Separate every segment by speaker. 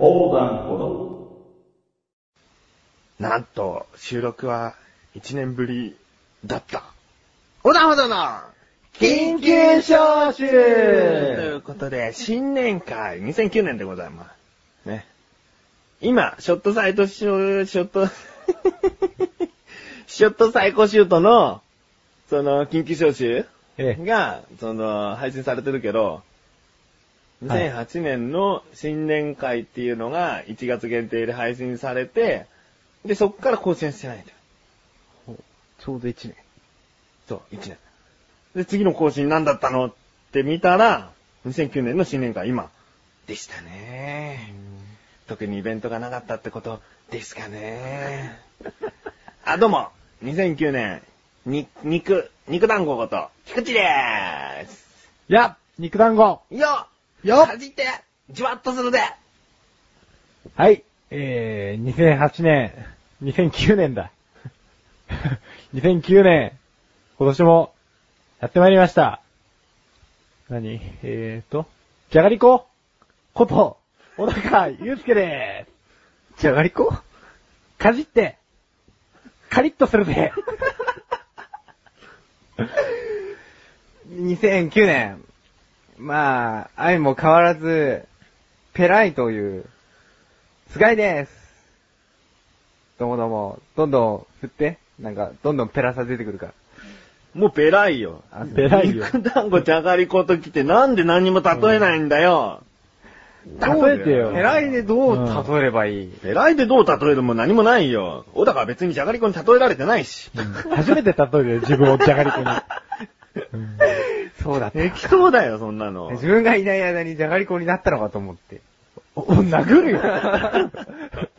Speaker 1: 横断歩道。
Speaker 2: なんと、収録は1年ぶりだった。おだほどの緊急招集ということで、新年会2009年でございます。ね。今、ショットサイトシュショット、 ショット最高シュートの、その、緊急招集
Speaker 3: ええ。
Speaker 2: が、その、配信されてるけど、
Speaker 3: はい
Speaker 2: 2008年の新年会っていうのが1月限定で配信されて、で、そっから更新してないんだよ。
Speaker 3: ちょうど1年。
Speaker 2: そう、1年。で、次の更新何だったのって見たら、2009年の新年会、今。でしたね。特にイベントがなかったってことですか ね。あ、どうも。2009年、に、肉、肉団子こと、菊池でーす。
Speaker 3: や肉団子
Speaker 2: よ
Speaker 3: よ
Speaker 2: 弾いてじわっとするで
Speaker 3: はい。えー、2008年、2009年だ。2009年、今年も、やってまいりました。何えーと、じゃがりここと、小高祐介でーす。じゃがりこかじって、カリッとする ぜ。
Speaker 4: 2009年。まあ、愛も変わらず、ペライという、菅井です。どうもどうも、どんどん振って、なんか、どんどんペラさ出てくるから。
Speaker 2: もうベライよ。
Speaker 4: あ
Speaker 3: ベライよ。
Speaker 2: 肉団子じゃがりこときてなんで何にも例えないんだよ。
Speaker 3: 例えてよ。
Speaker 4: ペライでど
Speaker 3: うん
Speaker 4: う例えればいい、
Speaker 2: ベライでどう例えるも何もないよ。小高は別にじゃがりこに例えられてないし。
Speaker 3: 初めて例えるよ、自分をじゃがりこに。
Speaker 4: そうだった。
Speaker 2: できそうだよ、そんなの。
Speaker 4: 自分がいない間にじゃがりこになったのかと思って。
Speaker 3: お、殴るよ。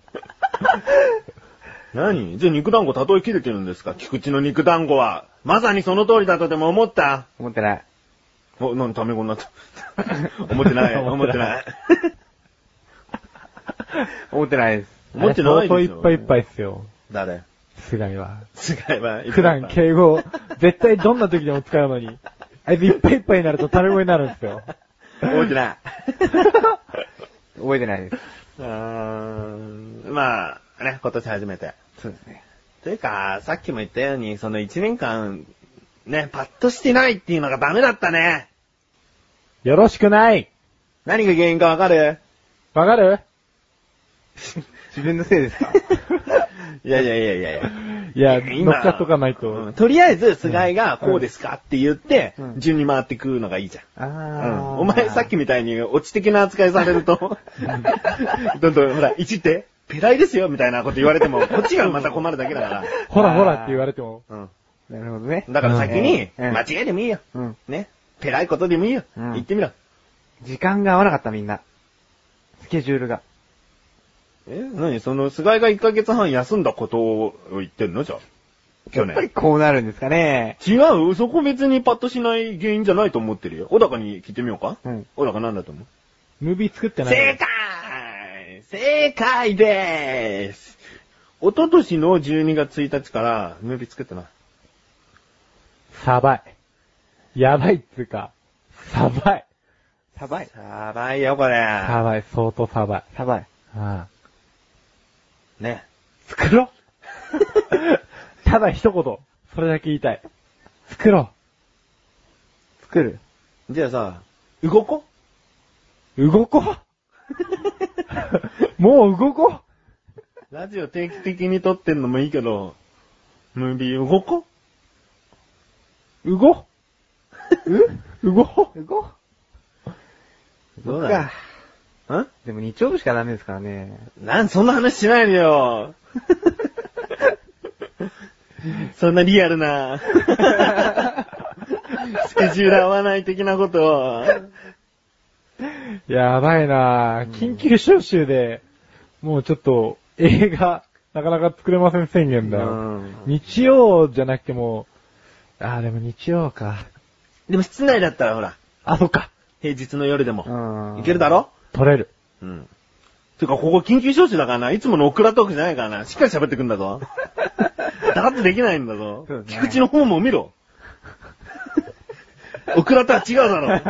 Speaker 2: 何じゃあ肉団子例え切れてるんですか菊池の肉団子は。まさにその通りだとでも思った
Speaker 4: 思ってない。
Speaker 2: お、なんため語になった。 思ってない、 思
Speaker 3: 思
Speaker 2: っ
Speaker 3: ってて
Speaker 2: な
Speaker 3: ないい。
Speaker 4: 思ってないです。
Speaker 2: 思ってないでしょ
Speaker 3: あれ相当いっぱいいっぱいっすよ。
Speaker 2: 誰
Speaker 3: 菅井は。
Speaker 2: 違います。
Speaker 3: 普段敬語、絶対どんな時でも使うのに、あいついっぱいいっぱいになるとタメ語になるんですよ。
Speaker 2: 覚えてない。
Speaker 4: 覚えてないです。
Speaker 2: うーんまあ、ね、今年初めて。
Speaker 4: そうですね。
Speaker 2: というか、さっきも言ったように、その1年間、ね、パッとしてないっていうのがダメだったね。
Speaker 3: よろしくない
Speaker 2: 何が原因かわか る
Speaker 3: わかる
Speaker 4: 自分のせいですか
Speaker 2: いやいやいやいやいや。
Speaker 3: いや、乗
Speaker 2: 今
Speaker 3: っかっとかないうと
Speaker 2: ん。とりあえず、菅井がこうですかって言って
Speaker 4: う、ん
Speaker 2: 順に回ってくるのがいいじゃん。
Speaker 4: あー
Speaker 2: うんお前さっきみたいに、オチ的な扱いされる と、どんどん、ほら、いじって、ペライですよみたいなこと言われても、こっちがまた困るだけだから。
Speaker 3: ほらほらって言われても。
Speaker 2: うん。
Speaker 4: なるほどね。
Speaker 2: だから先に、
Speaker 4: うん
Speaker 2: 間違いでもいいよ。
Speaker 4: うん。
Speaker 2: ね。ペラいことでもいいよ。
Speaker 4: うん
Speaker 2: 言ってみろ。
Speaker 4: 時間が合わなかったみんな。スケジュールが。
Speaker 2: え何その、菅井が1ヶ月半休んだことを言ってんのじゃあ。去
Speaker 4: やっぱり
Speaker 2: 年。
Speaker 4: こうなるんですかね。
Speaker 2: 違うそこ別にパッとしない原因じゃないと思ってるよ。小高に聞いてみようか
Speaker 4: うん。
Speaker 2: 小高なんだと思う
Speaker 3: ムービー作ってない。
Speaker 2: 正解正解でーす一昨年の12月1日から、ムービー作ってない。
Speaker 3: サバい。やばいっつうか、サバい。
Speaker 4: サバイ。
Speaker 2: やばいよ、これ。
Speaker 3: サバい、相当サバい。
Speaker 4: サバイ。
Speaker 3: うん
Speaker 2: ね。
Speaker 3: 作 ろうただ一言、それだけ言いたい。作ろ
Speaker 4: 作る。
Speaker 2: じゃあさ、動こ
Speaker 3: う。動 こうもう動
Speaker 2: う
Speaker 3: こ
Speaker 2: ラジオ定期的に撮ってんのもいいけど、ムービー動こう
Speaker 3: う動う動
Speaker 4: 動こ
Speaker 2: ど
Speaker 4: う
Speaker 2: うだ
Speaker 4: か
Speaker 2: よ。ん
Speaker 4: でも日曜日しかダメですからね。
Speaker 2: なん、そんな話しないで よ。そんなリアル な、スケジュール合わない的なことを。
Speaker 3: やばいなぁ。緊急招集で、もうちょっと映画、なかなか作れません宣言だよ。日曜じゃなくても、あーでも日曜か。
Speaker 2: でも室内だったらほら、
Speaker 3: あ、そっか。
Speaker 2: 平日の夜で
Speaker 4: う
Speaker 2: も、
Speaker 4: ん。
Speaker 2: いけるだろ
Speaker 3: 取れる。
Speaker 2: うん。てか、ここ緊急招集だからな、いつものオクラトークじゃないからな、しっかり喋ってくんだ ぞ。だかってできないんだぞ
Speaker 4: そう。ね
Speaker 2: 菊池の方も見 ろ。オクラとは違うだろ。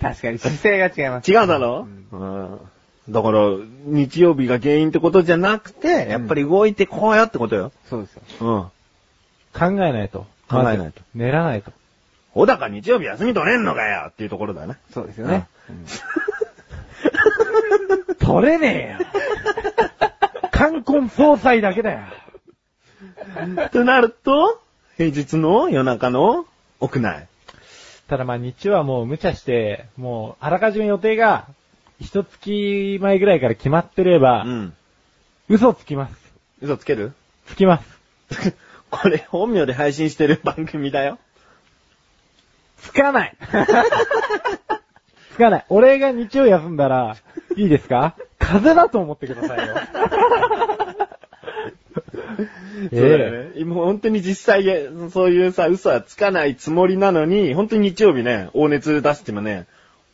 Speaker 4: 確かに姿勢が違います。
Speaker 2: 違うだろ、うんだから、日曜日が原因ってことじゃなくて、やっぱり動いてこうやってことよ。
Speaker 4: そうですよ。
Speaker 2: うん。
Speaker 3: 考えないと。
Speaker 2: 考えないと。
Speaker 3: 練らないと。
Speaker 2: 小高日曜日休み取れんのかよっていうところだね。
Speaker 4: そうですよね。うん
Speaker 3: 取れねえよ。冠婚葬祭だけだよ。
Speaker 2: となると、平日の夜中の屋内。
Speaker 3: ただまあ日中はもう無茶して、もうあらかじめ予定が、一月前ぐらいから決まってれば、
Speaker 2: うん。
Speaker 3: 嘘つきます。
Speaker 2: 嘘つける
Speaker 3: つきます。
Speaker 2: これ本名で配信してる番組だよ。
Speaker 3: つかないつかない。俺が日曜休んだら、いいですか風邪だと思ってくださいよ。
Speaker 2: そうだよね。今本当に実際え、そういうさ、嘘はつかないつもりなのに、本当に日曜日ね、大熱出してもね、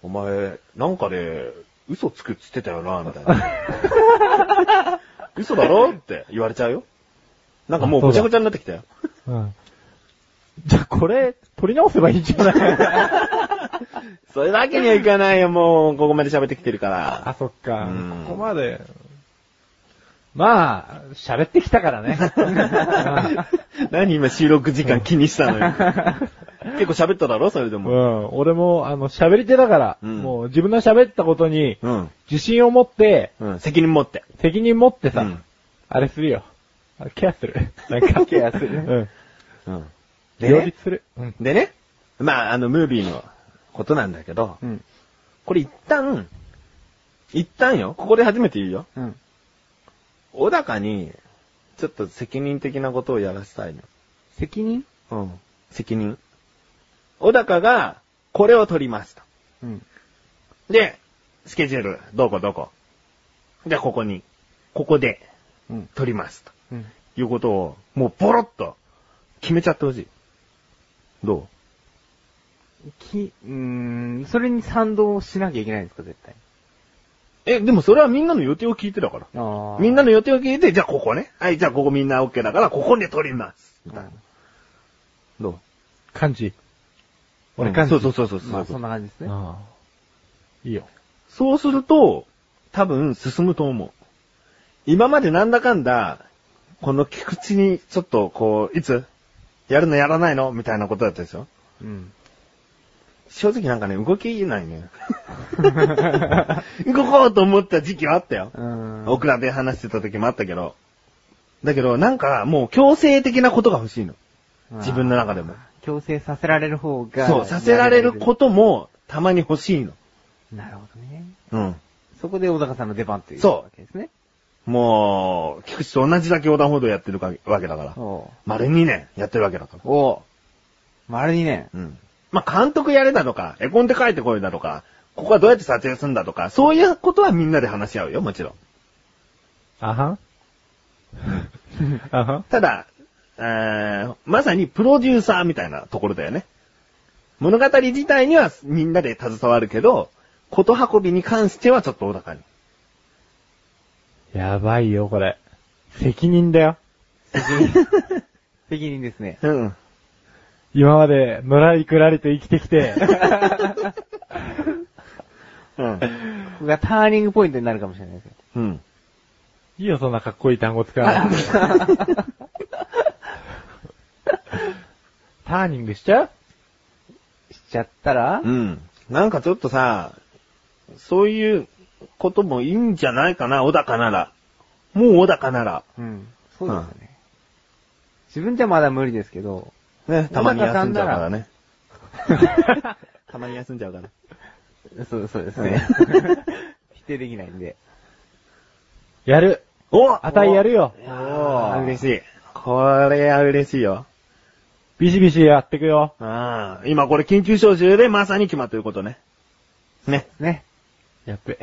Speaker 2: お前、なんかで、嘘つくっつってたよな、みたいな。 嘘だろって言われちゃうよ。なんかもうごちゃごちゃになってきたよ。
Speaker 3: うん。じゃあこれ、取り直せばいいんじゃない
Speaker 2: それだけにはいかないよ、もう、ここまで喋ってきてるか
Speaker 3: あ、
Speaker 2: ら。
Speaker 3: そっか
Speaker 2: うん。
Speaker 3: ここまで。まあ、喋ってきたか らね。
Speaker 2: 何今収録時間気にしたの よ。結構喋っただろそれで
Speaker 3: う
Speaker 2: も。
Speaker 3: ん。俺も、あの、喋り手だから、
Speaker 2: うん
Speaker 3: もう自分の喋ったことに、
Speaker 2: うん。
Speaker 3: 自信を持って、
Speaker 2: うん。責任持って。
Speaker 3: 責任持ってさ、
Speaker 2: うん
Speaker 3: あれするよ。あれケアする。なんか。
Speaker 4: ケアする
Speaker 3: うん。
Speaker 2: うん。で
Speaker 3: 両
Speaker 2: ね
Speaker 3: 立、する。うん。
Speaker 2: でね、まあ、あの、ムービーのことなんだけど、
Speaker 4: うん。
Speaker 2: これ一旦、一旦よ、ここで初めて言うよ。
Speaker 4: うん。
Speaker 2: 小高に、ちょっと責任的なことをやらせたいの。
Speaker 4: 責任
Speaker 2: うん。責任。小高が、これを取りますと。
Speaker 4: うん。
Speaker 2: で、スケジュール、どこどこ。じゃあここに、ここで、
Speaker 4: うん。
Speaker 2: 取りますと。
Speaker 4: うん。
Speaker 2: いうことを、もうポロッと、決めちゃってほしい。ど
Speaker 4: き、うーん、それに賛同しなきゃいけないんですか、絶対。
Speaker 2: うえ、でもそれはみんなの予定を聞いてだから。
Speaker 4: あ
Speaker 2: みんな
Speaker 4: の、
Speaker 2: の予定を聞いて、じゃあここね。はい、じゃあここみんな OK だから、ここで撮ります。みたいな。どう
Speaker 3: 漢字。俺
Speaker 2: か
Speaker 3: 漢字。
Speaker 2: そうそうそうそう。
Speaker 4: まあ、そん
Speaker 2: う
Speaker 4: な感じですね。
Speaker 3: ああいいよ。
Speaker 2: そうすると、多分進むと思う。今までなんだかんだ、この菊池にちょっとこう、いつやるのやらないのみたいなことだったでしょ
Speaker 4: うん。
Speaker 2: 正直なんかね、動きない ね。動こうと思った時期はあったよ
Speaker 4: う。ん。
Speaker 2: オクラで話してた時もあったけど。だけど、なんかもう強制的なことが欲しいの。自分の中でも。
Speaker 4: 強制させられる方が。
Speaker 2: そう、させられることもたまに欲しいの。
Speaker 4: なるほどね。
Speaker 2: うん。
Speaker 4: そこで小高さんの出番という
Speaker 2: そう
Speaker 4: わけですね。
Speaker 2: もう、菊池と同じだけ横断歩道やってるかわけだから。
Speaker 4: おう
Speaker 2: 丸2年やってるわけだから。
Speaker 4: おう丸2年。
Speaker 2: うん。まあ、監督やれだとか、絵コンテ書いてこいだとか、ここはどうやって撮影するんだとか、そういうことはみんなで話し合うよ、もちろん。
Speaker 3: あはん あはん
Speaker 2: ただ、えー、まさにプロデューサーみたいなところだよね。物語自体にはみんなで携わるけど、こと運びに関してはちょっとお高に。
Speaker 3: やばいよ、これ。責任だよ。
Speaker 4: 責任ですね。
Speaker 2: うん。
Speaker 3: 今まで、のらりくらりと生きてき て、
Speaker 2: うん。
Speaker 4: ここがターニングポイントになるかもしれないですよ。
Speaker 2: うん。
Speaker 3: いいよ、そんなかっこいい単語使 わなくてターニングしちゃう
Speaker 4: しちゃったら
Speaker 2: うん。なんかちょっとさ、そういうこともいいんじゃないかな、小高なら。もう小高なら。
Speaker 4: うん。そうですよね。自分じゃまだ無理ですけど、
Speaker 2: ね、たまに
Speaker 4: 小高さ
Speaker 2: 休
Speaker 4: ん
Speaker 2: んじゃ
Speaker 4: な
Speaker 2: う
Speaker 4: ら
Speaker 2: からね。たまに休んじゃうから。
Speaker 4: そう、そうですね。 否定できないんで。
Speaker 3: やる。
Speaker 2: お
Speaker 3: あたいやるよ。
Speaker 4: お
Speaker 2: あー嬉しい。これは嬉しいよ。
Speaker 3: ビシビシやってくよ。
Speaker 2: ああ、今これ緊急招集でまさに決まってることね。 ね。
Speaker 4: ね。
Speaker 3: やっべ。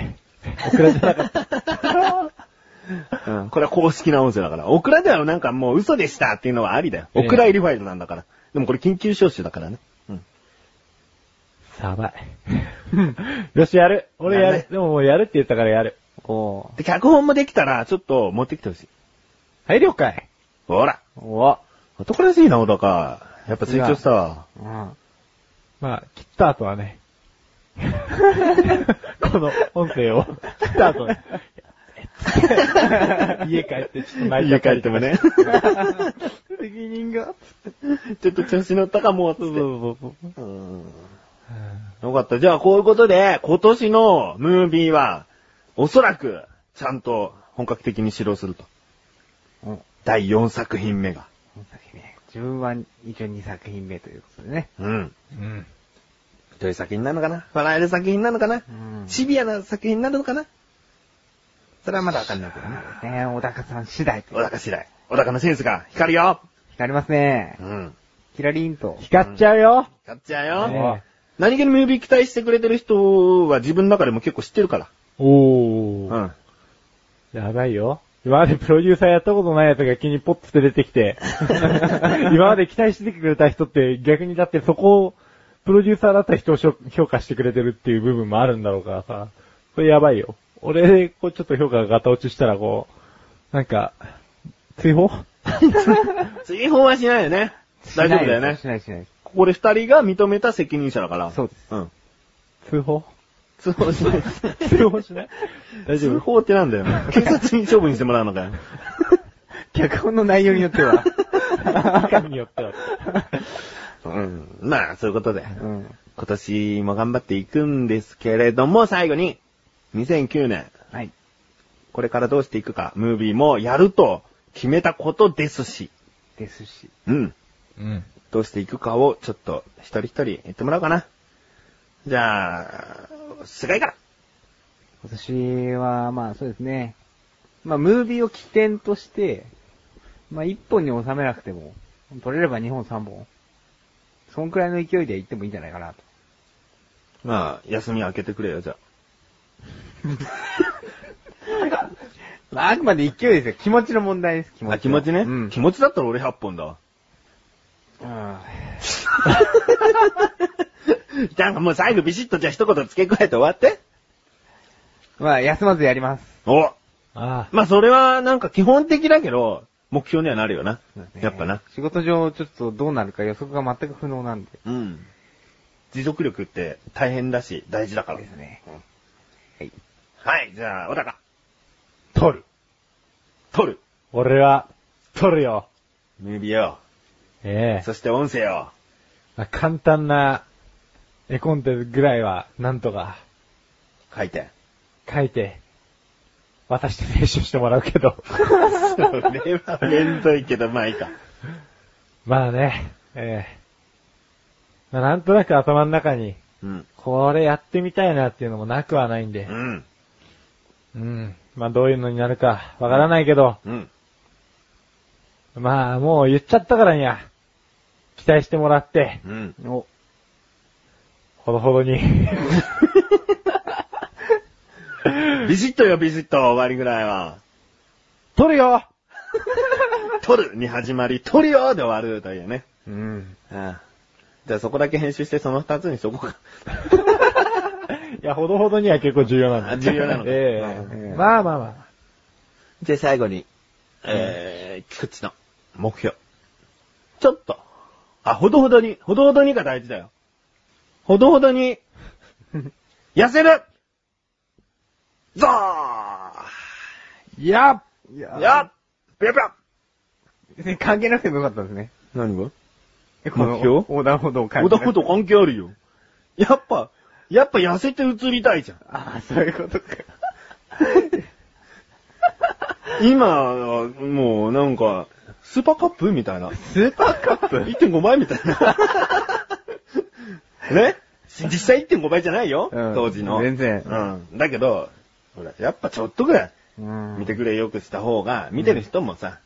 Speaker 3: オクラじゃなか った。
Speaker 2: うん。これは公式な音声だから。オクラではなんかもう嘘でしたっていうのはありだよ。
Speaker 3: ええ
Speaker 2: オクラ入りファイルなんだから。でもこれ緊急招集だからね。うん。
Speaker 3: さば い。よし、やる。俺や
Speaker 2: やる
Speaker 3: る
Speaker 2: ね。
Speaker 3: でももうやるって言ったからやる。
Speaker 4: おう
Speaker 2: で、脚本もできたら、ちょっと持ってきてほしい。
Speaker 3: はい、了解。
Speaker 2: ほら。
Speaker 4: おう
Speaker 2: 男らしいな、小高。やっぱ成長したわ。
Speaker 4: うん。
Speaker 3: まあ、切った後はね、この音声を切った後に、 家帰ってちょっと泣いち
Speaker 2: 家
Speaker 3: ゃった
Speaker 2: 帰って
Speaker 3: りと
Speaker 2: も
Speaker 3: か
Speaker 2: ね。
Speaker 4: 責任が。
Speaker 2: ちょっと調子乗ったかも、つって。
Speaker 3: そうそうそうそう。
Speaker 2: うんよかった。じゃあ、こういうことで、今年のムービーは、おそらく、ちゃんと本格的に始動すると。
Speaker 4: うん。
Speaker 2: 第4作品目が。
Speaker 4: 2作品目。自分は一応2作品目ということでね。
Speaker 2: うん。
Speaker 3: うん。
Speaker 2: どういう作品なのかな笑える作品なのかな、
Speaker 4: うん
Speaker 2: シビアな作品になるのかなそれはまだわかんないけどね。
Speaker 4: ね小高さん次第と
Speaker 2: 小。高次第。小高のセンスが光るよ
Speaker 4: 光りますね
Speaker 2: う。ん。
Speaker 4: キラリンと。
Speaker 3: 光っちゃうよ、
Speaker 2: 買っちゃうよ、
Speaker 3: ね
Speaker 2: 何気にムービー期待してくれてる人は自分の中でも結構知ってるから。
Speaker 3: おー。
Speaker 2: うん。
Speaker 3: やばいよ。今までプロデューサーやったことないやつが急にポップって出てき て、今まで期待してくれた人って逆にだってそこを、プロデューサーだった人を評評価してくれてるっていう部分もあるんだろうからさ、これやばいよ。俺でこうちょっと評価がガタ落ちしたらこう、なんか、追放
Speaker 2: 追放はしないよね。大丈夫だよね
Speaker 4: し。ないしない。
Speaker 2: ここで二人が認めた責任者だから。
Speaker 4: そうです。
Speaker 2: うん。
Speaker 3: 通報
Speaker 2: 通報し ない。
Speaker 3: 通報しない大丈
Speaker 2: 通
Speaker 3: 夫
Speaker 2: 報って なんだよ。警察に処分してもらうのかよ。
Speaker 4: 脚本の内容によって は。
Speaker 3: いかんによっては。
Speaker 2: うん。まあ、そういうことで。
Speaker 4: うん。
Speaker 2: 今年も頑張っていくんですけれども、最後に、2009年、
Speaker 4: はい。
Speaker 2: これからどうしていくか、ムービーもやると決めたことですし、
Speaker 4: ですし。
Speaker 2: うん。
Speaker 3: うん。
Speaker 2: どうしていくかをちょっと一人一人言ってもらおうかな。じゃあ、菅井から。
Speaker 4: 今年は、まあそうですね。まあムービーを起点として、まあ1本に収めなくても、取れれば2本3本。そんくらいの勢いで行ってもいいんじゃない かなと。
Speaker 2: まあ、休み明けてくれよ、じゃあ。
Speaker 4: まああくまで勢いですよ。気持ちの問題です、気持ちの。
Speaker 2: あ、気持ちね。
Speaker 4: うん。
Speaker 2: 気持ちだったら俺100本だわ。
Speaker 4: うん
Speaker 2: じゃあもう最後ビシッとじゃあ一言付け加えて終わって。
Speaker 4: まあ休まずやります。
Speaker 2: お
Speaker 3: ああ。
Speaker 2: まあそれはなんか基本的だけど、目標にはなるよな。やっぱな。。
Speaker 4: 仕事上ちょっとどうなるか予測が全く不能なんで。
Speaker 2: うん。持続力って大変だし、大事だから。
Speaker 4: ですね
Speaker 2: うん
Speaker 4: はい。
Speaker 2: はい、じゃあ、小高。
Speaker 3: 取る。
Speaker 2: 取る。
Speaker 3: 俺は、取るよ。
Speaker 2: ムービーを。
Speaker 3: ええ
Speaker 2: そして音声を。
Speaker 3: まあ簡単な絵コンテぐらいは、なんとか
Speaker 2: 書いて。
Speaker 3: 書いて、渡して編集してもらうけど。
Speaker 2: それはめんどいけど、まあいいか。
Speaker 3: まあね、ええまあなんとなく頭の中に、
Speaker 2: うん。
Speaker 3: これやってみたいなっていうのもなくはないんで
Speaker 2: う。ん。
Speaker 3: うん。まあどういうのになるかわからないけど、
Speaker 2: うん。
Speaker 3: まあもう言っちゃったからには、期待してもらって、
Speaker 2: うん。
Speaker 4: お、
Speaker 3: ほどほどに。
Speaker 2: ビシッとよ、ビシッと、終わりぐらいは。
Speaker 3: 取るよ
Speaker 2: 取るに始まり、取るよで終わるというね。
Speaker 4: うん。
Speaker 2: ああじゃあそこだけ編集してその二つにしとこう か。
Speaker 3: いや、ほどほどには結構重要なん
Speaker 2: あ
Speaker 3: だ。
Speaker 2: 重要なのか
Speaker 3: え
Speaker 4: うん
Speaker 3: えまあまあまあ。
Speaker 2: じゃあ最後に、えー、菊池の目標。ちょっと。あ、ほどほどに、ほどほどにが大事だよ。ほどほど に、痩せるぞ
Speaker 3: いや
Speaker 4: い
Speaker 2: ー
Speaker 4: や
Speaker 2: やっぴょぴょ
Speaker 4: 別に関係なくてもよかったですね。
Speaker 2: 何が
Speaker 4: えこの
Speaker 2: 目標
Speaker 4: 横断歩道を変え
Speaker 2: 小田ほど関係あるよ。やっぱ、やっぱ痩せて映りたいじゃん。
Speaker 4: ああ、そういうことか。
Speaker 2: 今は、もうなんか、スーパーカップみたいな。
Speaker 4: スーパーカップ
Speaker 2: ?1.5 倍みたい な。ね実際1.5倍じゃないよ、
Speaker 4: うん
Speaker 2: 当時の。
Speaker 4: 全然
Speaker 2: うん。だけど、ほら、やっぱちょっとぐらい、
Speaker 4: うん
Speaker 2: 見てくれよくした方が、見てる人もさ、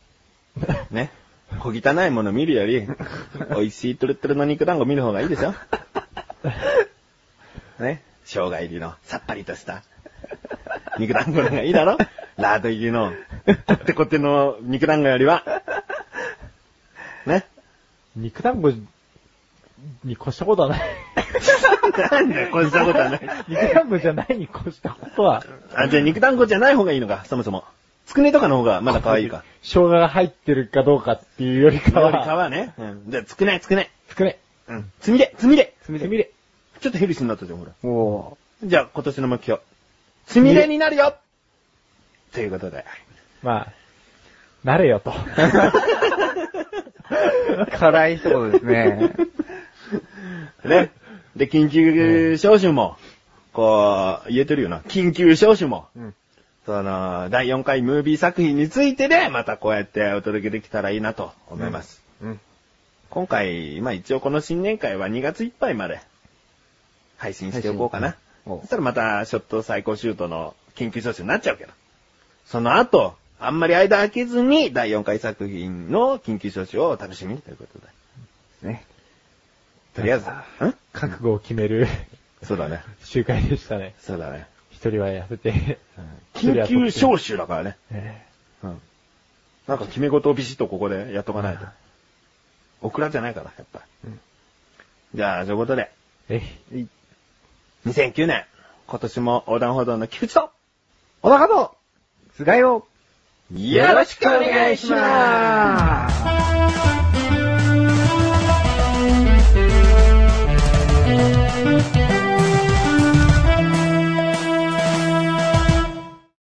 Speaker 2: ね、小汚いもの見るよ り、美味しいトゥルトゥルの肉団子見る方がいいでしょね、生姜入りのさっぱりとした肉団子の方がいいだろラード入りの、こってこっての肉団子よりは。ね。
Speaker 3: 肉団子に越したことは ない。
Speaker 2: なんだよ、こうしたことはない。
Speaker 3: 肉団子じゃないに越したことは。
Speaker 2: あ、じゃあ肉団子じゃない方がいいのか、そもそも。つくねとかの方がまだ可愛いか。。
Speaker 3: 生姜が入ってるかどうかっていうよりか
Speaker 2: より
Speaker 3: は。
Speaker 2: 皮ね。うん。じゃあつくね、つくね。
Speaker 3: 少ね。
Speaker 2: うん。つみれ、つみれ。
Speaker 3: つみれ。
Speaker 2: ちょっとヘルシーになったじゃん、ほら。
Speaker 4: も
Speaker 2: じゃあ、今年の目標。つみれになるよということで。
Speaker 3: まあ、なれよと。
Speaker 4: う、辛い一言ですね。
Speaker 2: ね。で、緊急招集も、こう、言えてるよな。緊急招集も、
Speaker 4: うん
Speaker 2: その、第4回ムービー作品についてで、またこうやってお届けできたらいいなと思います。
Speaker 4: うん。
Speaker 2: 今回、まあ一応この新年会は2月いっぱいまで、配信しておこうかな。
Speaker 4: うんお
Speaker 2: そしたらまた、ショット最高シュートの緊急招集になっちゃうけど。その後、あんまり間空けずに、第4回作品の緊急招集をお楽しみにということで。
Speaker 4: ね。
Speaker 2: とりあえず、ん
Speaker 3: 覚悟を決める
Speaker 2: そうだね。
Speaker 3: 集会でしたね。
Speaker 2: そうだね。
Speaker 3: 一人は痩せて、
Speaker 2: 緊急招集だからね。
Speaker 3: ね
Speaker 2: うん。なんか決め事をビシッとここでやっとかないと。オクラじゃないから、やっぱ。
Speaker 4: うん
Speaker 2: じゃあ、ということで、
Speaker 3: えい、
Speaker 2: 2009年、今年も横断歩道の菊池と、小高と、
Speaker 4: 菅井を
Speaker 2: よろしくお願いします